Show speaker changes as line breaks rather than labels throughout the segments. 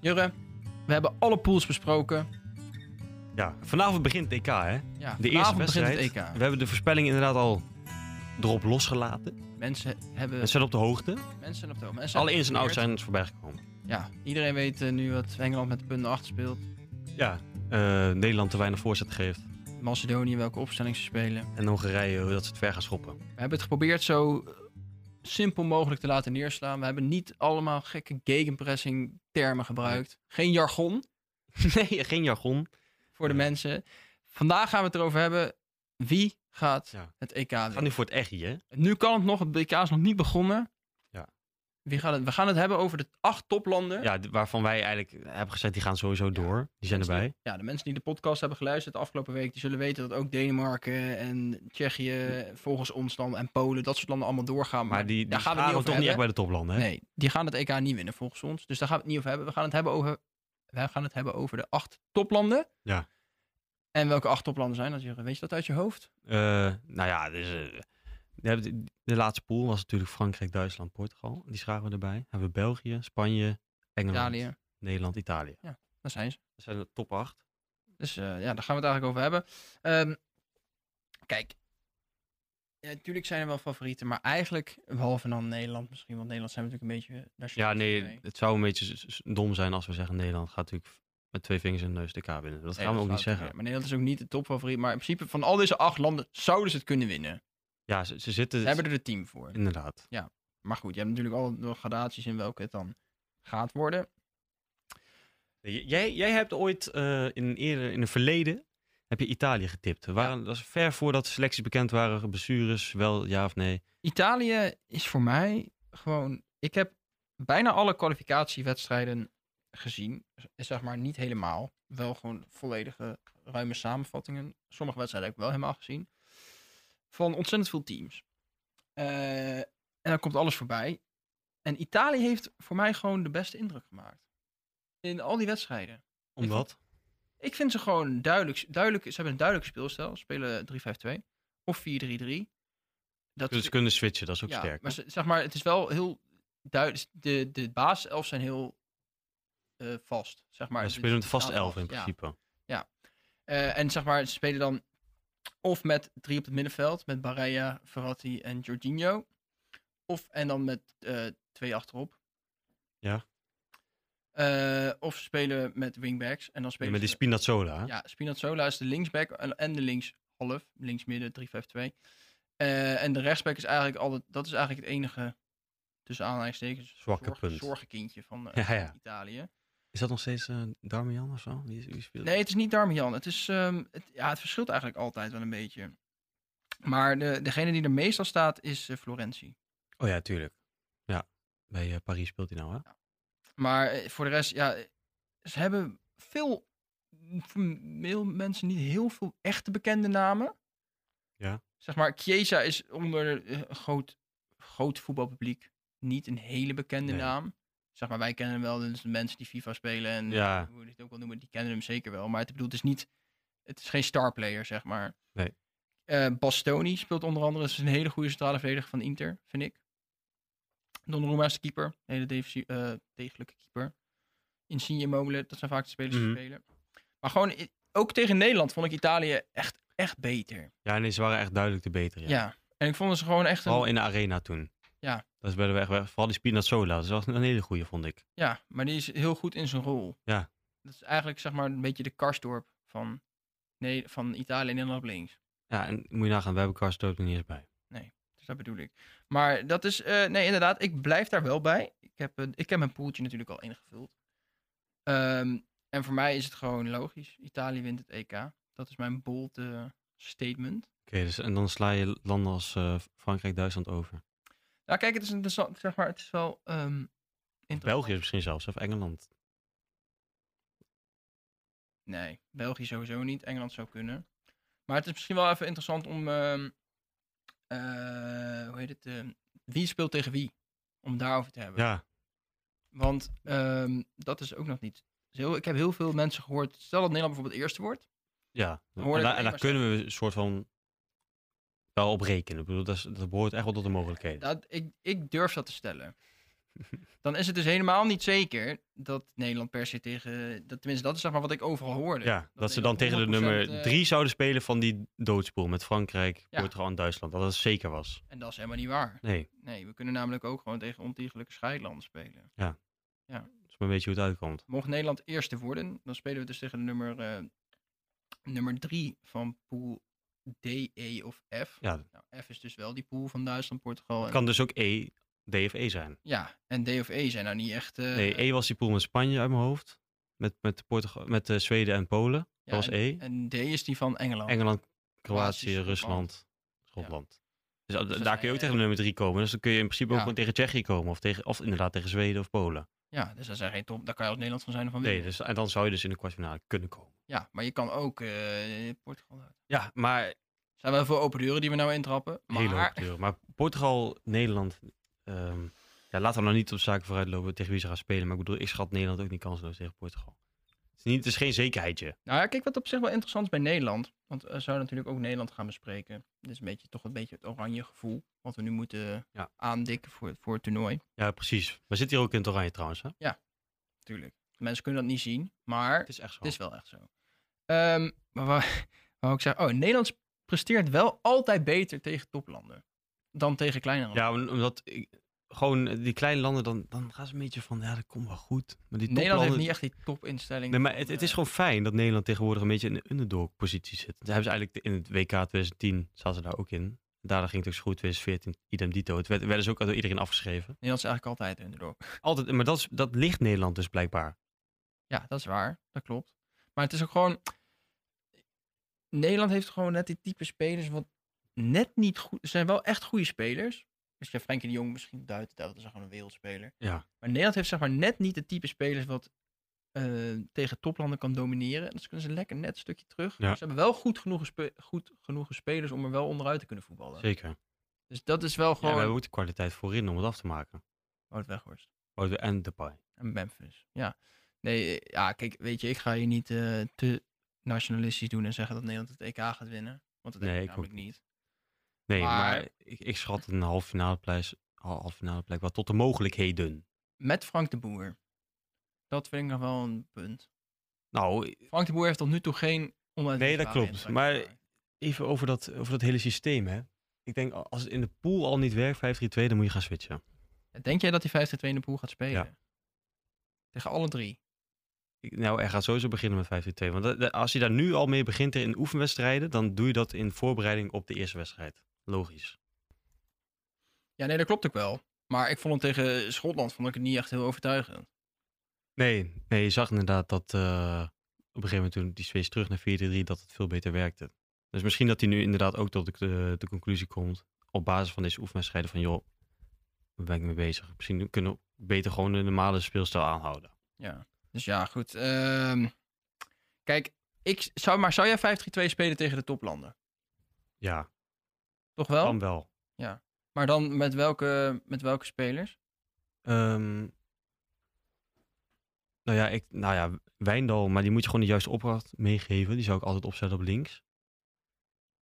Jurre, we hebben alle pools besproken.
Ja, vanavond begint het EK, hè?
Ja,
De eerste
vanavond
wedstrijd.
begint het
We
EK.
hebben de voorspelling inderdaad al erop losgelaten.
Mensen hebben
We zijn op de hoogte.
mensen op de hoogte. Mensen
Alle ins en
hebben
outs zijn ons voorbij gekomen.
geleerd. Ja, iedereen weet eh, nu wat Engeland met de punten achter speelt.
Ja, eh, Nederland te weinig voorzet geeft.
Macedonië, welke opstelling ze spelen.
En Hongarije, hoe dat ze het ver gaan schoppen.
We hebben het geprobeerd zo eh, simpel mogelijk te laten neerslaan. We hebben niet allemaal gekke gegenpressing termen gebruikt. Geen jargon.
nee, geen jargon.
voor de
Ja.
mensen. Vandaag gaan we het erover hebben. Wie gaat
Ja.
het EK
We gaan
winnen?
nu voor het echt, hè?
Nu kan het nog, het EK is nog niet begonnen.
Ja.
Wie gaat het? We gaan het hebben over de acht toplanden.
Ja, d- waarvan wij eigenlijk hebben gezegd, die gaan sowieso door. Die zijn erbij.
Ja, de mensen die de podcast hebben geluisterd de afgelopen week, die zullen weten dat ook Denemarken en Tsjechië volgens ons dan en Polen, dat soort landen allemaal doorgaan.
Maar die, die
daar gaan we het
scharen
niet
toch
over
niet echt
hebben.
bij de toplanden, hè?
Nee, die gaan het EK niet winnen volgens ons. Dus daar gaan we het niet over hebben. We gaan het hebben over, wij gaan het hebben over de acht toplanden.
Ja.
En welke acht toplanden zijn dat? Jurre? Weet je dat uit je hoofd?
Eh, nou ja, dus, eh, we hebben de, de laatste pool was natuurlijk Frankrijk, Duitsland, Portugal. Die scharen we erbij. Dan hebben we België, Spanje, Engeland,
Italië,
Nederland, Italië.
daar zijn ze.
Dat zijn de top 8.
Dus eh, ja, daar gaan we het eigenlijk over hebben. Ehm, kijk, natuurlijk zijn er wel favorieten, maar eigenlijk, behalve dan Nederland misschien, want Nederland zijn we natuurlijk een beetje
Ja,
nationaal.
nee, het zou een beetje s- s- dom zijn als we zeggen Nederland gaat natuurlijk met twee vingers in de neus de K winnen. Dat gaan we ook niet zeggen.
Maar Nederland is ook niet de topfavoriet, maar in principe van al deze acht landen zouden ze het kunnen winnen.
Dus- Ja, ze, ze zitten...
Ze hebben er het team voor.
Inderdaad.
Maar goed, je hebt natuurlijk al de gradaties in welke het dan gaat worden.
J- Jij, jij hebt ooit eh, in, eerder, in het verleden heb je Italië getipt. Waren, Dat is ver voordat selecties bekend waren, blessures, wel ja of nee.
Italië is voor mij gewoon. Ik heb bijna alle kwalificatiewedstrijden gezien. Z- Zeg maar niet helemaal. Wel gewoon volledige ruime samenvattingen. Sommige wedstrijden heb ik wel helemaal gezien. Van ontzettend veel teams. Eh, en dan komt alles voorbij. En Italië heeft voor mij gewoon de beste indruk gemaakt. In al die wedstrijden.
Omdat?
Ik vind ze gewoon duidelijk. duidelijk ze hebben een duidelijk speelstijl. Spelen 3-5-2 of 4-3-3. Dat
Dus ze kunnen switchen, dat is ook
ja,
sterk.
Maar ze- zeg maar, het is wel heel duidelijk. De, de basiself zijn heel eh, vast. Zeg maar.
Maar
Het
ze spelen
is
met vast
totaal
elf in
vast, ja.
principe.
Eh, en zeg maar, ze spelen dan of met drie op het middenveld, met Barella, Verratti en Jorginho. Of en dan met eh, twee achterop.
Ja.
Eh, of ze spelen met wingbacks en dan
Ja,
spelen
Met die
ze-
Spinazzola. hè?
ja, Spinazzola is de linksback en en de linkshalf, linksmidden, 3-5-2. Eh, en de rechtsback is eigenlijk altijd, dat is eigenlijk het enige, tussen aanhalingstekens,
Zwakke
zorg-
punt.
zorgenkindje van eh,
Ja, ja.
Italië.
Is dat nog steeds eh, Darmian of zo? Die, die speelt?
Nee, het is niet Darmian. Het, is, ehm, het, ja, het verschilt eigenlijk altijd wel een beetje. Maar de, degene die er meestal staat is eh, Florentie.
Oh ja, tuurlijk. Ja, bij eh, Paris speelt hij nou, hè?
Maar eh, voor de rest, ja, ze hebben veel, voor veel mensen niet heel veel echte bekende namen.
Ja.
Zeg maar, Chiesa is onder eh, een groot, groot voetbalpubliek niet een hele bekende
Nee.
naam. Zeg maar, wij kennen hem wel, dus de mensen die FIFA spelen en
Ja.
hoe je het ook wil noemen, die kennen hem zeker wel. Maar het, ik bedoel, het is niet, het is geen starplayer, zeg maar.
Nee.
Eh, Bastoni speelt onder andere, is een hele goede centrale verdediger van Inter, vind ik. Donnarumma is de keeper. Een hele defensie- eh, degelijke keeper. Insigne Mobile, dat zijn vaak de spelers
Mhm.
die spelen. Maar gewoon, i- ook tegen Nederland vond ik Italië echt, echt beter.
Ja, nee, ze waren echt duidelijk de
Ja.
betere. ja.
En ik vond ze gewoon echt een...
Vooral in de arena toen.
Ja.
Dat is bij de weg. weg. Vooral die Spinazzola. Dat was een hele goede, vond ik.
Ja, maar die is heel goed in zijn rol.
Ja.
Dat is eigenlijk, zeg maar, een beetje de karsdorp van, nee, van Italië en Nederland op links.
Ja, en moet je nagaan, we hebben Karstorp er niet eens bij.
Dus dat bedoel ik. Maar dat is, eh, nee, inderdaad, ik blijf daar wel bij. Ik heb, een- ik heb mijn poeltje natuurlijk al ingevuld. Ehm, en voor mij is het gewoon logisch. Italië wint het EK. Dat is mijn bold eh, statement.
Oké, dus, en dan sla je landen als eh, Frankrijk, Duitsland over.
Nou, kijk, het is interessant, zeg maar, het is wel ehm interessant.
België misschien zelfs, of Engeland.
Nee, België sowieso niet. Engeland zou kunnen. Maar het is misschien wel even interessant om. ehm, eh, hoe heet het? ehm, wie speelt tegen wie? Om daarover te hebben.
Ja,
Want ehm, dat is ook nog niet. Dus heel- ik heb heel veel mensen gehoord. Stel dat Nederland bijvoorbeeld eerste wordt.
ja.
Dan
En,
hoor ik
daar-
alleen
en daar
maar
kunnen we een soort van wel op rekenen. Ik bedoel, dat, is, dat behoort echt wel tot de mogelijkheden.
Dat, ik, ik durf dat te stellen. dan is het dus helemaal niet zeker dat Nederland per se tegen... Dat, tenminste, dat is zeg maar wat ik overal hoorde.
Ja, dat, ze dan
Nederland
tegen de
100%,
nummer
eh,
3 zouden spelen van die doodspoel met Frankrijk,
Ja.
Portugal en Duitsland. Dat dat zeker was.
En dat is helemaal niet waar.
Nee,
Nee, we kunnen namelijk ook gewoon tegen ontiegelijke scheidlanden spelen.
dat is maar een beetje hoe het uitkomt.
Mocht Nederland eerste worden, dan spelen we dus tegen de nummer, eh nummer 3 van pool D, E of F.
Ja,
Nou, F is dus wel die pool van Duitsland, Portugal. En,
het kan dus ook E, D of E zijn.
Ja, en D of E zijn nou niet echt... eh,
Nee, E was die pool met Spanje uit mijn hoofd. Met, met, Portugal, met eh, Zweden en Polen.
ja,
Dat was
en-
E.
En D is die van Engeland.
Engeland,
Kroatië,
Kroatië,
Schotland.
Rusland, Schotland. Dus da-
dat
daar
zijn,
kun je ook
eh,
tegen de nummer 3 komen. Dus dan kun je in principe ook
Ja.
gewoon tegen Tsjechië komen. Of, tegen, of inderdaad tegen Zweden of Polen.
Ja, dus dat zijn geen top. Daar kan je als Nederland van zijn of van
Nee,
winnen.
dus, en dan zou je dus in de kwartfinale kunnen komen.
Ja, maar je kan ook eh, Portugal uit.
Ja, maar
Zijn wel veel open deuren die we nou intrappen. Maar
Hele hoop natuurlijk. Maar Portugal, Nederland. ehm, ja, laten we nou niet op zaken vooruit lopen tegen wie ze gaan spelen. Maar ik bedoel, ik schat Nederland ook niet kansloos tegen Portugal. Het is, niet, het is geen zekerheidje.
Nou ja, kijk, wat op zich wel interessant is bij Nederland. Want we zouden natuurlijk ook Nederland gaan bespreken. Dit is een beetje, toch een beetje het oranje gevoel. Wat we nu moeten
Ja.
aandikken voor, het- voor het toernooi.
Ja, precies. We zitten hier ook in het oranje trouwens. Hè?
Natuurlijk. Mensen kunnen dat niet zien. Maar
Het is echt zo.
het is wel echt zo. Ehm, maar waar, waar ik zeg, oh, Nederland presteert wel altijd beter tegen toplanden. Dan tegen kleinere landen.
Ja, om- omdat ik, gewoon eh, die kleine landen, dan, dan gaan ze een beetje van, ja, dat komt wel goed. Maar die
Nederland heeft
toplanden-
niet echt die topinstelling.
Nee, maar
van,
het, het
eh,
is gewoon fijn dat Nederland tegenwoordig een beetje in de underdog-positie zit. Daar hebben ze eigenlijk in het WK 2010 zaten ze daar ook in. Daarna ging het ook zo goed, 2014, idem dito. Het werd, werden ze ook door iedereen afgeschreven.
Nederland is eigenlijk altijd underdog.
Altijd, maar dat, is, dat ligt Nederland dus blijkbaar.
Ja, dat is waar. Dat klopt. Maar het is ook gewoon... Nederland heeft gewoon net die type spelers wat net niet goed... Ze zijn wel echt goede spelers. Dus ja, Frenkie de Jong misschien duidt dat is gewoon een wereldspeler.
Ja.
Maar Nederland heeft zeg maar net niet de type spelers wat eh, tegen toplanden kan domineren. Dus kunnen ze lekker net een stukje terug.
Ja.
Ze hebben wel goed genoeg, spe- goed genoeg spelers om er wel onderuit te kunnen voetballen.
Zeker. Ja,
Dus dat is wel
we
gewoon...
hebben ook de kwaliteit voorin om het af te maken.
Oh, Weghorst.
Oh, de- En Depay.
En Memphis. Ja. Nee, eh, ja, kijk, weet je, ik ga hier niet eh, te nationalistisch doen en zeggen dat Nederland het EK gaat winnen. Want dat
Nee,
denk ik
ik ook
namelijk niet.
Nee, maar,
Maar-
ik, ik schat een halve finale plek, halve finale plek wel tot de mogelijkheden.
Met Frank de Boer. Dat vind ik nog wel een punt.
Nou,
Frank de Boer heeft tot nu toe geen onuitwisbare
Nee, dat klopt.
indruk
Maar-
gemaakt.
even over dat, over dat hele systeem, hè. Ik denk, als het in de pool al niet werkt, 5-3-2, dan moet je gaan switchen.
Denk jij dat hij 5 2 in de pool gaat spelen?
Ja.
Tegen alle drie.
Ik- nou, hij gaat sowieso beginnen met 5-3-2. Want dat- dat- als je daar nu al mee begint in oefenwedstrijden, dan doe je dat in voorbereiding op de eerste wedstrijd. Logisch.
Ja, nee, dat klopt ook wel. Maar ik vond hem tegen Schotland vond ik het niet echt heel overtuigend.
Nee, nee je zag inderdaad dat eh, op een gegeven moment toen die switch terug naar 4-3, dat het veel beter werkte. Dus misschien dat hij nu inderdaad ook tot de, de, de conclusie komt, op basis van deze oefenwedstrijden, van joh, waar ben ik mee bezig? Misschien kunnen we beter gewoon de normale speelstijl aanhouden.
Ja. Dus ja, goed. ehm, kijk, ik zou, maar zou jij 5-3-2 spelen tegen de toplanden?
Ja,
Toch wel?
kan wel.
Maar dan met welke, met welke spelers?
Ehm, nou, ja, ik, nou ja, Wijndal, maar die moet je gewoon de juiste opdracht meegeven. Die zou ik altijd opzetten op links.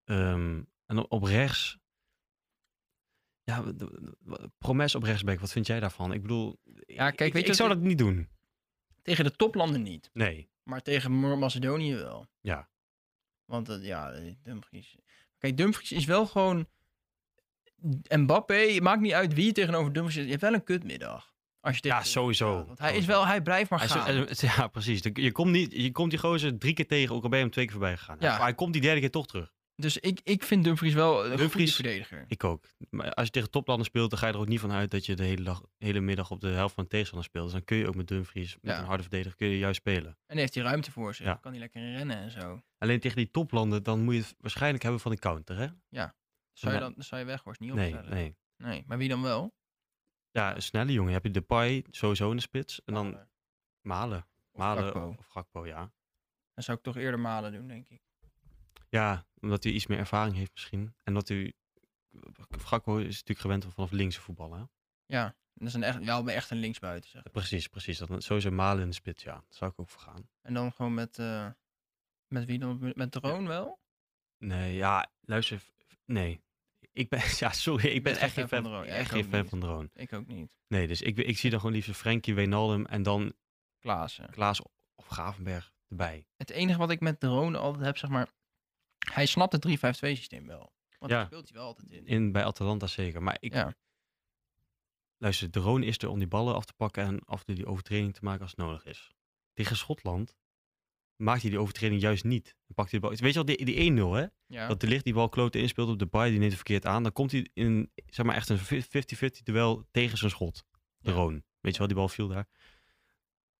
Ehm, en op, op rechts. Ja, w- w- w- Promes op rechtsback, wat vind jij daarvan? Ik bedoel,
Ja, kijk, weet
ik,
je
ik
wat
zou
ik-
dat niet doen.
Tegen de toplanden niet,
Nee.
maar tegen Noord-Macedonië wel.
Ja.
Want eh, ja, eh, Dumfries. Kijk, Dumfries is wel gewoon. Mbappé, maakt niet uit wie je tegenover Dumfries zit. Je hebt wel een kutmiddag. Als je tegen
Ja,
Dumfries
sowieso.
gaat. Want hij is
Sowieso.
wel, hij blijft maar
Hij is-
gaan.
eh, ja, precies. De- Je komt, niet, je komt die gozer drie keer tegen, ook al ben je hem twee keer voorbij gegaan.
Ja.
Maar hij komt die derde keer toch terug.
Dus ik, ik vind Dumfries wel een goede
Dumfries-
verdediger.
Ik ook. Maar als je tegen toplanden speelt, dan ga je er ook niet van uit dat je de hele, dag, hele middag op de helft van de tegenstander speelt. Dus dan kun je ook met Dumfries, met
Ja.
een harde verdediger, kun je juist spelen.
En heeft hij ruimte voor zich.
Ja.
Kan hij lekker rennen en zo.
Alleen tegen die toplanden, dan moet je het waarschijnlijk hebben van de counter, hè?
Zou je,
Maar-
dan, zou je Weghorst niet
Nee,
opstellen?
nee.
Nee, Maar wie dan wel?
Ja, een snelle jongen. Heb je Depay, sowieso in de spits. En dan
Malen.
Malen.
Of
Malen
Gakpo.
of Gakpo, ja.
Dan zou ik toch eerder Malen doen, denk ik.
Ja, omdat hij iets meer ervaring heeft misschien. En dat hij... Gakpo is natuurlijk gewend om vanaf links te voetballen, hè?
Ja, en dat is een echt, wel echt een linksbuiten, zeg.
Precies, precies. Dat, sowieso Malen in de spits, ja. Daar zou ik ook voor gaan.
En dan gewoon met, eh, met wie dan? Met Droon wel?
Nee, ja, luister. f- Nee. Ik ben, ja, sorry, ik ben
bent
echt geen fan,
van Droon. Ja,
echt
ik
geen
ook
fan
niet.
van Droon.
Ik ook niet.
Nee, dus ik, ik zie dan gewoon liever Frenkie, Wijnaldum en dan
Klaassen.
Klaas of Gravenberg erbij.
Het enige wat ik met drone altijd heb, zeg maar... Hij snapt het 3-5-2 systeem wel. Want
Ja.
daar speelt hij wel altijd in.
In, bij Atalanta zeker. Maar ik,
Ja.
luister, Droon is er om die ballen af te pakken en af en toe die overtreding te maken als het nodig is. Tegen Schotland maakt hij die overtreding juist niet. Dan pakt hij de bal. Weet je wel, die, die 1-0 hè?
Ja.
Dat de licht die bal klote inspeelt op de baai, die neemt het verkeerd aan. Dan komt hij in, zeg maar, echt een 50-50 duel tegen zijn schot. De
Ja.
Roon. Weet je wel, die bal viel daar.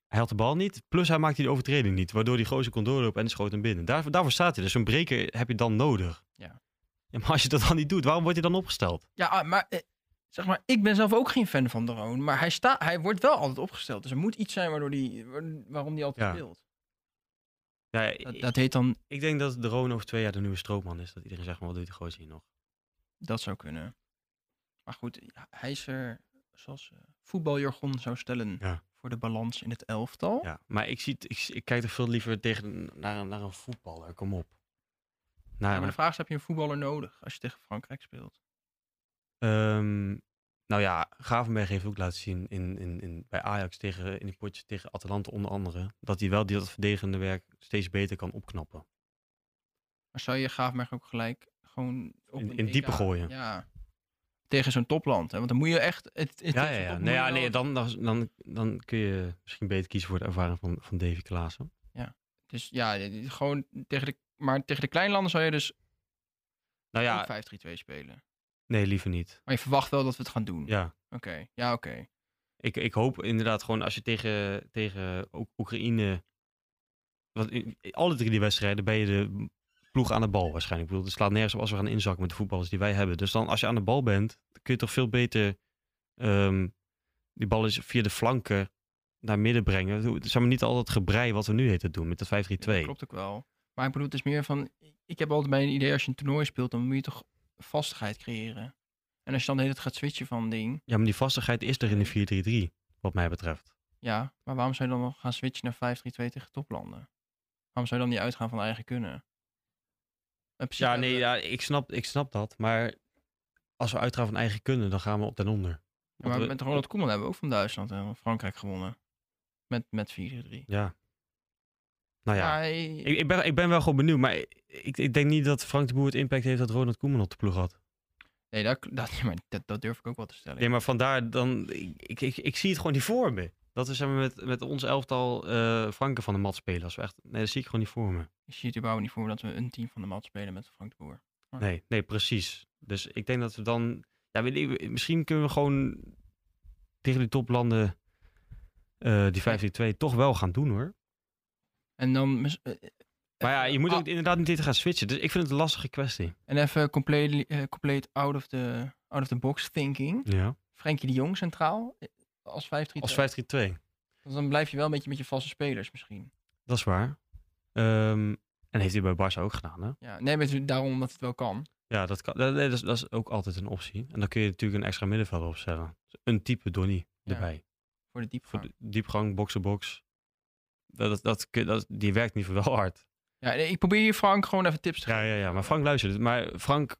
Hij had de bal niet, plus hij maakte die overtreding niet. Waardoor die gozer kon doorlopen en schoot hem binnen. Daar, daarvoor staat hij. Dus zo'n breker heb je dan nodig.
Ja.
Ja, Maar als je dat dan niet doet, waarom wordt hij dan opgesteld?
Ja, ah, maar eh, zeg maar, ik ben zelf ook geen fan van Droon, maar hij, sta, hij wordt wel altijd opgesteld. Dus er moet iets zijn waardoor die, waar- waarom die altijd
Ja.
speelt.
Ja,
Dat,
ik,
dat heet dan,
ik denk dat de Roon over twee jaar de nieuwe stroopman is. Dat iedereen zegt, maar wat doet die gozer hier nog?
dat zou kunnen. Maar goed, hij is er, zoals eh, voetbaljargon zou stellen,
Ja.
voor de balans in het elftal.
Ja, maar ik, zie, het- ik, ik kijk er veel liever tegen, naar, een- naar een voetballer. Kom op. Naar,
Ja, maar de vraag is, heb je een voetballer nodig als je tegen Frankrijk speelt?
Ehm, nou ja, Gravenberg heeft ook laten zien in, in, in, bij Ajax tegen, in die potje tegen Atalanta onder andere. Dat hij wel die- dat verdedigende werk steeds beter kan opknappen.
Maar zou je Graafmerk ook gelijk gewoon op
In-
een
in
EK
diepe gooien.
Ja, tegen zo'n topland. Hè? Want dan moet je echt... Het, het- tegen
Ja, ja,
zo'n
ja.
top
Nee,
moet
ja,
je wel-
nee dan, dan, dan, dan kun je misschien beter kiezen voor de ervaring van, van Davy Klaassen.
Dus ja, eh, gewoon tegen de... Maar tegen de kleinlanden zou je dus
Nou ja,
ook 5-3-2 spelen.
nee, liever niet.
Maar je verwacht wel dat we het gaan doen.
Ja.
Oké, ja, oké.
Ik, ik hoop inderdaad gewoon als je tegen, tegen Oek- Oekraïne... Want in- in alle drie die wedstrijden ben je de ploeg aan de bal waarschijnlijk. Ik bedoel, het slaat nergens op als we gaan inzakken met de voetballers die wij hebben. Dus dan als je aan de bal bent, dan kun je toch veel beter ehm, die bal eens via de flanken naar midden brengen. Doe- Zeg maar niet al dat gebrei wat we nu heten doen met dat 5-3-2.
Dat klopt ook wel. Maar ik bedoel, het is meer van... Ik heb altijd bij een idee, als je een toernooi speelt, dan moet je toch vastigheid creëren. En als je dan de hele tijd gaat switchen van ding...
Ja, maar die vastigheid is er in de 4-3-3, wat mij betreft.
Ja, maar waarom zou je dan nog gaan switchen naar 5-3-2 tegen toplanden? Waarom zou je dan niet uitgaan van eigen kunnen? En precies
Ja,
bij-
nee, ja, ik, snap, ik snap dat. Maar als we uitgaan van eigen kunnen, dan gaan we op den onder.
Ja, maar met Ronald Koeman hebben we ook van Duitsland en Frankrijk gewonnen. Met, met 4-3.
Ja. Nou ja,
Maar hij-
ik, ik, ben, ik ben wel gewoon benieuwd. Maar ik, ik denk niet dat Frank de Boer het impact heeft dat Ronald Koeman op de ploeg had.
Nee, dat, dat, maar dat, dat durf ik ook wel te stellen.
Nee, maar vandaar dan... Ik, ik, ik, ik zie het gewoon niet voor me. Dat we zeg maar, met, met ons elftal eh Franken van de mat spelen. Als we echt, nee, dat zie ik gewoon niet voor me.
Ik zie het überhaupt niet voor me dat we een team van de mat spelen met Frank de Boer.
Nee, nee, precies. Dus ik denk dat we dan... Ja, weet ik, misschien kunnen we gewoon tegen die toplanden eh die 5-2 toch wel gaan doen, hoor.
En dan. mis- eh,
Maar ja, je moet
Ah,
ook inderdaad niet tegen gaan switchen. Dus ik vind het een lastige kwestie.
En even compleet, eh, compleet out, of the, out of the box thinking.
Ja.
Frenkie de Jong centraal. eh, Als 5-3.
Als 5-3-2.
Dus dan blijf je wel een beetje met je vaste spelers misschien.
Dat is waar. Ehm, en heeft hij bij Barça ook gedaan, hè?
Ja, nee, maar het is daarom omdat het wel kan.
Ja, dat, kan, dat, dat is, dat is ook altijd een optie. En dan kun je natuurlijk een extra middenvelder opstellen. Dus Een type Donny
Ja. Voor
erbij.
de
Voor
diepgang.
de diepgang, box-to-box. Dat, dat, dat, kun- dat- die werkt niet voor wel hard.
Ja, nee, ik probeer hier Frank gewoon even tips te geven.
Ja, ja, ja. Maar Frank, luister. Maar Frank...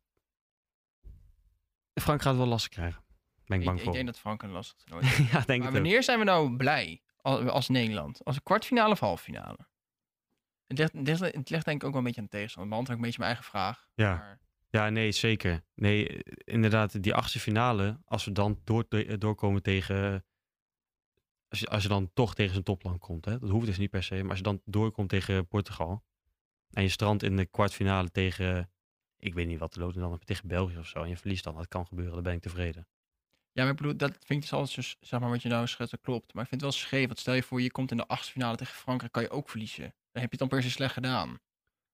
Frank gaat het wel lastig krijgen. Ben ik
ik,
bang
ik
voor.
denk dat Frank een lastig toernooi heeft.
ja, denk
Maar
het ook.
wanneer zijn we nou blij als, als Nederland? Als een kwartfinale of halffinale? Het ligt, het, ligt, het ligt denk ik ook wel een beetje aan de tegenstander. Beantwoord ik een beetje mijn eigen vraag.
Ja.
Maar
Ja, nee, zeker. Nee, eh, inderdaad, die achtste finale, als we dan door, eh, doorkomen tegen... eh, Als je, als je dan toch tegen zijn topland komt, hè? dat hoeft dus niet per se. Maar als je dan doorkomt tegen Portugal en je strandt in de kwartfinale tegen, eh, ik weet niet wat de loten dan hebt, tegen België of zo. En je verliest dan, dat kan gebeuren, dan ben ik tevreden.
Ja, maar ik bedoel, dat vind ik dus altijd, zo- zeg maar, wat je nou schetst, dat klopt. Maar ik vind het wel scheef, want stel je voor, je komt in de achtste finale tegen Frankrijk, kan je ook verliezen. Dan heb je het dan per se slecht gedaan.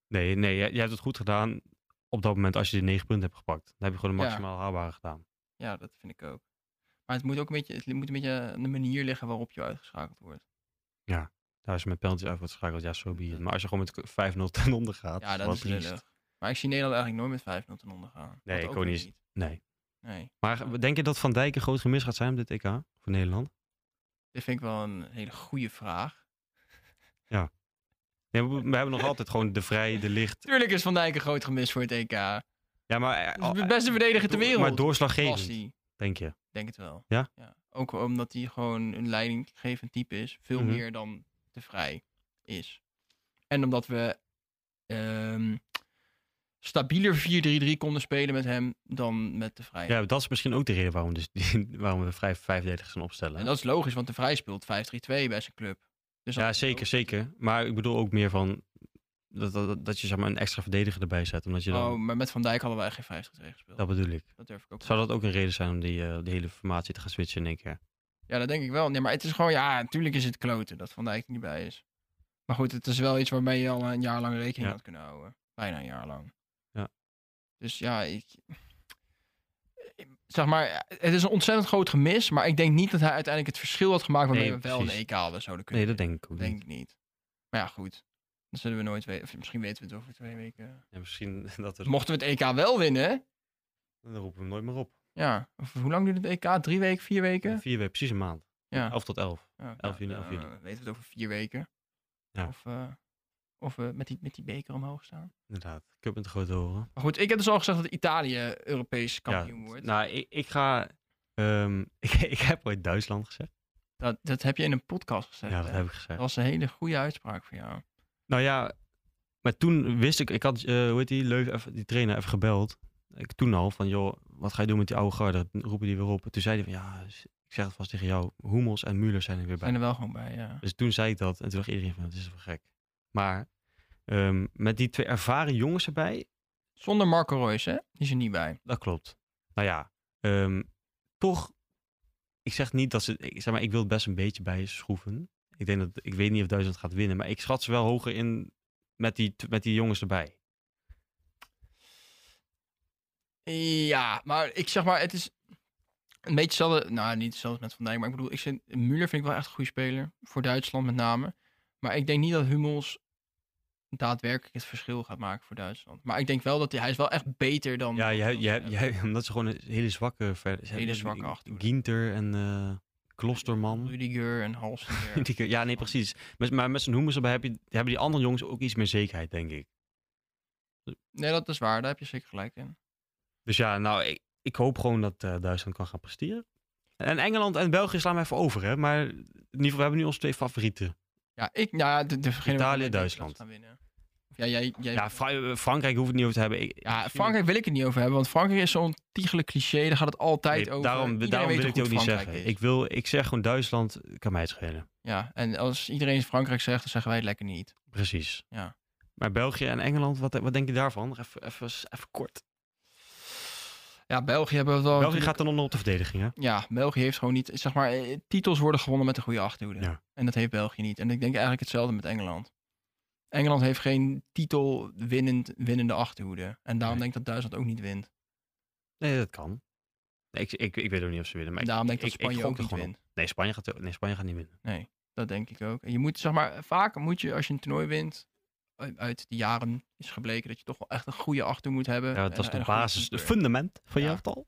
Nee, nee, jij, jij hebt het goed gedaan op dat moment als je die negen punten hebt gepakt. Dan heb je gewoon de
Ja.
maximaal haalbare gedaan.
Ja, dat vind ik ook. Maar het moet ook een beetje, het moet een beetje aan de manier liggen waarop je uitgeschakeld wordt.
Daar is met penalties uit wordt geschakeld, ja, zo be it. Maar als je gewoon met 5-0 ten onder gaat,
ja, dat
wat
is
triest.
lullig. Maar ik zie Nederland eigenlijk nooit met 5-0 ten onder gaan.
Nee,
Wat
ik
ook
ook
weer
niet. Nee.
Nee,
Maar denk je dat Van Dijk een groot gemis gaat zijn op dit EK voor Nederland?
dit vind ik wel een hele goede vraag.
Nee, we, we hebben nog altijd gewoon de vrij, de licht.
Tuurlijk is Van Dijk een groot gemis voor het EK.
Ja, maar,
Dat
eh,
is Dus de beste verdediger ter
door-
wereld.
maar doorslaggevend,
was die,
denk je.
denk het wel.
Ja?
Ook omdat hij gewoon een leidinggevend type is. Veel
Mhm.
meer dan de Vrij is. En omdat we ehm, stabieler 4-3-3 konden spelen met hem dan met de Vrij.
Ja, dat is misschien ook de reden waarom, dus, waarom we vijf, vijfdeligers gaan opstellen.
En dat is logisch, want de Vrij speelt 5-3-2 bij zijn club. Dus
ja,
dat-
zeker, zeker. Maar ik bedoel ook meer van dat, dat, dat je zeg maar, een extra verdediger erbij zet. Omdat je dan,
Oh, maar met Van Dijk hadden we eigenlijk geen 5-3-2 gespeeld.
Dat bedoel ik.
Dat durf ik ook
Zou dat ook een reden zijn om die, eh, die hele formatie te gaan switchen in één keer?
Ja, dat denk ik wel. Nee, maar het is gewoon, ja, natuurlijk is het kloten dat Van Dijk er niet bij is. Maar goed, het is wel iets waarmee je al een jaar lang rekening
Ja.
had kunnen houden. Bijna een jaar lang.
Ja.
Dus ja, ik... Zeg maar, het is een ontzettend groot gemis, maar ik denk niet dat hij uiteindelijk het verschil had gemaakt waarmee
Nee,
we wel
precies.
een EK hadden zouden kunnen.
Nee, dat denk ik ook
winnen.
niet.
denk ik niet. Maar ja, goed. Dat zullen we nooit weten. Of misschien weten we het over twee weken.
Ja, misschien dat we...
Mochten we het EK wel winnen,
Dan roepen we hem nooit meer op.
ja. Of hoe lang duurt het EK? Drie weken, vier weken?
Vier weken, precies een maand.
Ja.
11 tot 11.
Ja,
11 juni,
nou,
11 juni.
dan weten we het over vier weken.
Ja.
Of, eh, of we met die, met die beker omhoog staan.
Inderdaad. Ik heb het grote horen.
Maar goed, ik heb dus al gezegd dat Italië Europees kampioen
ja,
wordt.
nou, ik, ik ga... ehm, ik, ik heb ooit Duitsland gezegd.
dat, dat heb je in een podcast gezegd.
Ja,
hè?
dat heb ik
Dat
gezegd.
was een hele goede uitspraak voor jou.
Nou ja, maar toen wist ik... Ik had, eh hoe heet die, Leuf, even- die trainer, even gebeld. Ik toen al van, joh, wat ga je doen met die oude garde? Roepen die weer op. En toen zei hij van, ja, ik zeg het vast tegen jou. Hummels en Müller zijn er weer bij.
Zijn er wel gewoon bij, ja.
Dus toen zei ik dat. En toen dacht iedereen van, het is wel gek. Maar ehm, met die twee ervaren jongens erbij...
Zonder Marco Reus, hè? Die is er niet bij.
Dat klopt. Nou ja, ehm, toch. Ik zeg niet dat ze. Ik zeg maar, ik wil het best een beetje bij schroeven. Ik denk dat. Ik weet niet of Duitsland gaat winnen. Maar ik schat ze wel hoger in. Met die, met die jongens erbij.
Ja, maar ik zeg maar, het is een beetje hetzelfde. Nou, niet hetzelfde met Van Dijk, maar ik bedoel, ik vind, Müller vind ik wel echt een goede speler. Voor Duitsland met name. Maar ik denk niet dat Hummels daadwerkelijk het verschil gaat maken voor Duitsland. Maar ik denk wel dat hij, hij is wel echt beter dan... eh,
Ja,
dan
jij,
ze
jij,
hebben.
jij- omdat ze gewoon een hele zwakke. Ver, ze
Hele
hebben dus
zwakke achterhoede.
Ginter en eh, Klosterman.
Rudiger en Halstenger.
Die- Ja, nee, precies. Met, maar met zijn Hummels erbij heb je, hebben die andere jongens ook iets meer zekerheid, denk ik.
nee, dat is waar. Daar heb je zeker gelijk in.
Dus ja, nou, ik, ik hoop gewoon dat eh, Duitsland kan gaan presteren. En Engeland en België slaan we even over, hè. Maar in ieder geval, we hebben nu onze twee favorieten.
Ja, ik... Ja, de, de degene waarvan ik denk dat ze
Duitsland.
gaan winnen. Ja, jij... jij
Ja, Fra- eh, Frankrijk hoeft het niet over te hebben. Ik-
ja, Frankrijk wil ik het niet over hebben, want Frankrijk is zo'n ontiegelijk cliché. Daar gaat het
Nee,
altijd over.
daarom,
Iedereen
daarom
weet
wil ik
hoe
het ook
goed
niet
Frankrijk
zeggen.
is.
Ik, wil, ik zeg gewoon Duitsland kan mij het schelen.
Ja, en als iedereen Frankrijk zegt, dan zeggen wij het lekker niet.
Precies.
Ja.
Maar België en Engeland, wat, wat denk je daarvan? Nog Even, even, even kort.
Ja, België hebben we wel.
België
Oh, natuurlijk-
gaat dan onder op de verdediging, hè?
Ja, België heeft gewoon niet. Zeg maar, eh, titels worden gewonnen met een goede achterhoede.
Ja.
En dat heeft België niet. En ik denk eigenlijk hetzelfde met Engeland. Engeland heeft geen titel winnend, winnende achterhoede. En daarom
Nee.
denk ik dat Duitsland ook niet wint.
Nee, dat kan. Nee, ik, ik, ik weet ook niet of ze winnen. Maar
En daarom denk ik,
ik,
dat
ik
Spanje
gok
ook
er
niet
gewoon op.
wint.
Nee Spanje, gaat, nee, Spanje gaat niet winnen.
Dat denk ik ook. En je moet, zeg maar, vaak moet je als je een toernooi wint. u- Uit de jaren is gebleken dat je toch wel echt een goede achter moet hebben.
Ja,
Eh, En-
dat is
en
de
een goede
basis, het
keeper.
fundament van je
Ja.
elftal.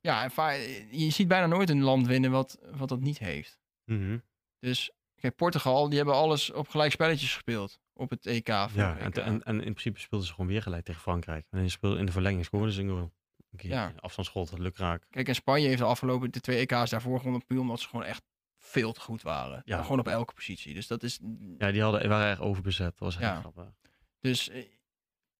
Ja, en va- je ziet bijna nooit een land winnen wat, wat dat niet heeft.
Mhm.
Dus kijk, Portugal, die hebben alles op gelijk spelletjes gespeeld op het E EK.
Ja,
Ja,
en, te- en, en in principe speelden ze gewoon weer gelijk tegen Frankrijk. En in, speel, in de verlenging scoorden ze een goal. Een keer.
Ja.
Afstandsschot, lukraak.
Kijk, en Spanje heeft de afgelopen de twee EK's daarvoor gewonnen puur omdat ze gewoon echt veel te goed waren.
Ja.
Gewoon op elke positie. Dus dat is.
Ja, die hadden, waren echt overbezet. Dat was echt
Ja.
grappig.
Dus eh,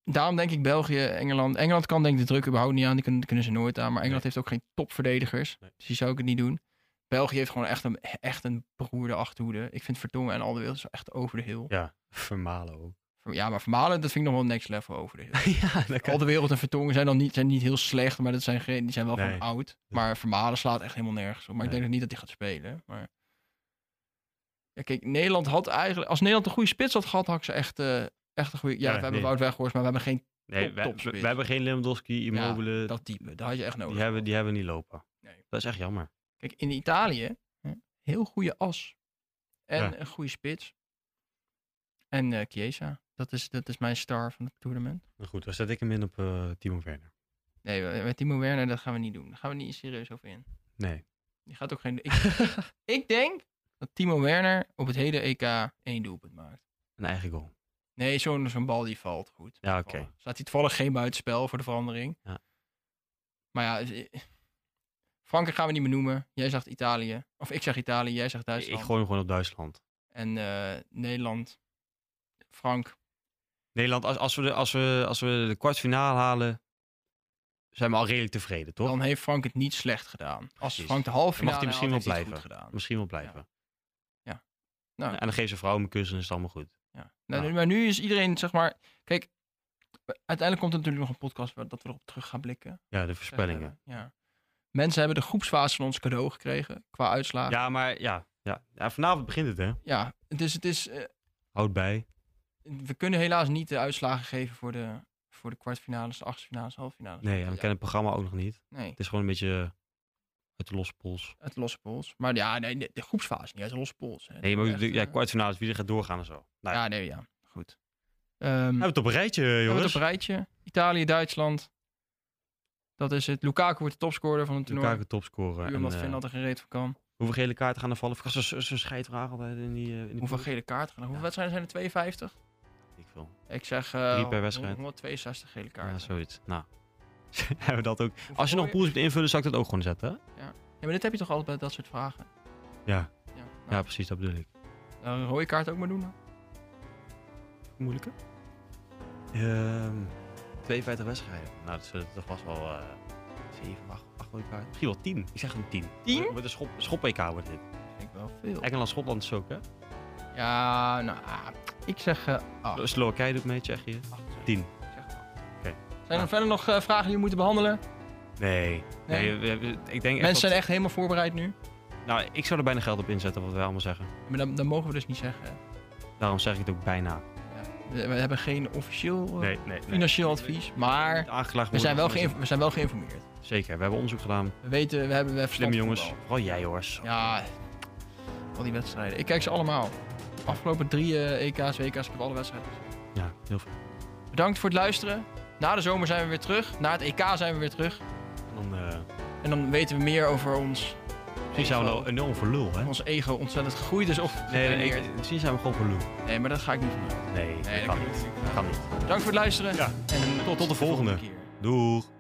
daarom denk ik België, Engeland. Engeland kan denk ik de druk überhaupt niet aan. Die kunnen, kunnen ze nooit aan. Maar Engeland heeft ook geen topverdedigers.
Nee.
Dus die zou ik het niet doen. België heeft gewoon echt een, echt een beroerde achterhoede. Ik vind Vertongen en Alderweireld is echt over de heel.
Ja, vermalen ook.
Ja, maar Vermalen, dat vind ik nog wel next level over de heel.
ja, dat
Al de wereld en Vertongen zijn dan niet, zijn niet heel slecht, maar dat zijn geen, die zijn wel
Nee.
gewoon oud. Maar Vermalen slaat echt helemaal nergens op. Maar ik
Nee.
denk ook niet dat hij gaat spelen. Maar... Ja, kijk, Nederland had eigenlijk... Als Nederland een goede spits had gehad, had ik ze echt, eh, echt een goede... Ja,
Ja,
we hebben
nee.
Wout Weghorst, maar we hebben geen
Nee,
top-
we, we,
topspits.
we hebben geen Lewandowski, Immobile.
dat type. Dat had je echt nodig.
die, hebben, die hebben we niet lopen.
Nee.
Dat is echt jammer.
Kijk, in Italië, hè, heel goede as. En
Ja.
een goede spits. En eh Chiesa. Dat is, dat is mijn star van het toernooi.
Maar goed, dan zet ik hem in op eh, Timo Werner.
Nee, met Timo Werner, dat gaan we niet doen. Daar gaan we niet serieus over in.
Nee.
Die gaat ook geen. Ik, ik denk dat Timo Werner op het hele EK één doelpunt maakt.
Een eigen goal.
Nee, zo'n zo'n bal die valt goed.
Ja, oké.
Staat hij toevallig geen buitenspel voor de verandering.
Ja.
Maar ja, eh, Frankrijk gaan we niet meer noemen. Jij zegt Italië. Of ik zeg Italië, jij zegt Duitsland.
Ik gooi hem gewoon op Duitsland.
En eh, Nederland. Frank.
Nederland, als, als, we de, als, we, als we de kwartfinale halen, zijn we al redelijk tevreden, toch?
Dan heeft Frank het niet slecht gedaan. Als
Precies.
Frank de halve
Dan
finale
mag hij misschien
haalt,
wel
heeft hij het
blijven.
goed gedaan.
Misschien wel blijven.
Ja. Nou.
En dan geeft zijn vrouw hem een kus en is het allemaal goed.
Ja. Nou,
Ja.
nu- Maar nu is iedereen, zeg maar... Kijk, uiteindelijk komt er natuurlijk nog een podcast... waar dat we erop terug gaan blikken.
Ja, de voorspellingen.
Ja. Mensen hebben de groepsfase van ons cadeau gekregen. Qua uitslagen. Ja,
Ja, maar ja, ja. ja. Vanavond begint het, hè?
dus het is... eh,
Houd bij.
we kunnen helaas niet de uitslagen geven voor de, voor de kwartfinales, de achtste finales, halve finales.
Nee, en we
ja,
kennen het programma ook nog niet.
nee,
Het is gewoon een beetje eh, uit de losse pols.
uit de losse pols. Maar ja, nee, de, de groepsfase, niet uit de losse pols. Hè.
Nee, maar
Echt,
de- ja,
eh,
kwartfinales, wie er gaat doorgaan en zo. Nou, ja.
Ja, nee, ja. Goed. Ehm
We hebben het op een rijtje,
we hebben
Nou, jongens.
het op een rijtje. Italië, Duitsland. Dat is het. Lukaku wordt de topscorer van het toernooi.
Lukaku topscorer.
Puur
En,
omdat
eh,
Finland er geen reet van kan.
hoeveel gele kaarten gaan er vallen? Zo- zo- Zo'n scheidvraag altijd in die... eh, in de
Hoeveel
pool.
gele kaarten gaan er? Hoeveel wedstrijden zijn er? 52?
Ik veel.
Ik zeg eh,
Drie per wedstrijd.
162 gele kaarten.
Ja, zoiets. Nou, hebben we dat ook.
Hoeveel
Als je nog
hoor je-
pools moet invullen, zou ik dat ook gewoon zetten. hè?
Ja, maar dit heb je toch altijd bij dat soort vragen?
Ja,
Ja, nou,
ja precies, dat bedoel ik.
nou, een rode kaart ook maar doen. hè?
Moeilijke? Ehm 52 wedstrijden. Nou, dat zullen toch vast wel eh 7, 8, 8 rode kaarten. Misschien wel 10. Ik zeg een 10.
10?
Wordt een schop, schop-EK wordt dit.
Vind ik wel veel.
Engeland-Schotland is ook, hè?
Ja, nou, ah, ik zeg eh acht.
Ah. Slowakije doet mee, Tsjechië.
Acht, zeg ik.
10.
Ik zeg acht.
Oké. Nou.
Zijn er
Ja.
verder nog eh, vragen die we moeten behandelen?
Nee.
Nee.
Nee, we hebben- ik denk
Mensen
echt
zijn
dat-
echt helemaal voorbereid nu.
Nou, ik zou er bijna geld op inzetten wat wij allemaal zeggen.
Maar dat, dat mogen we dus niet zeggen. hè.
Daarom zeg ik het ook bijna.
Ja. We, we hebben geen officieel eh,
Nee, nee.
financieel advies, maar
Niet aangeklaagd
we
worden.
zijn, wel geïnf- we zijn wel geïnformeerd.
Zeker, we hebben onderzoek gedaan.
We weten, we hebben we hebben
Slimme
verstand
jongens.
van
Vooral jij, hoor.
voetbal. Ja, al die wedstrijden. Ik kijk ze allemaal. Afgelopen drie eh, EK's, WK's, ik heb alle wedstrijden. gezien.
Ja, heel veel.
Bedankt voor het luisteren. Na de zomer zijn we weer terug. Na het EK zijn we weer terug.
En dan eh
En dan weten we meer over ons.
misschien zijn we
ego.
nou enorm voor lul, hè?
ons ego ontzettend gegroeid is. Of
Nee,
nee,
ik, misschien zijn we gewoon voor lul.
nee, maar dat ga ik niet doen.
Nee,
Nee,
dat kan niet. Dat kan niet.
Dank voor het luisteren.
Ja.
En
Tot de volgende.
keer.
Doeg.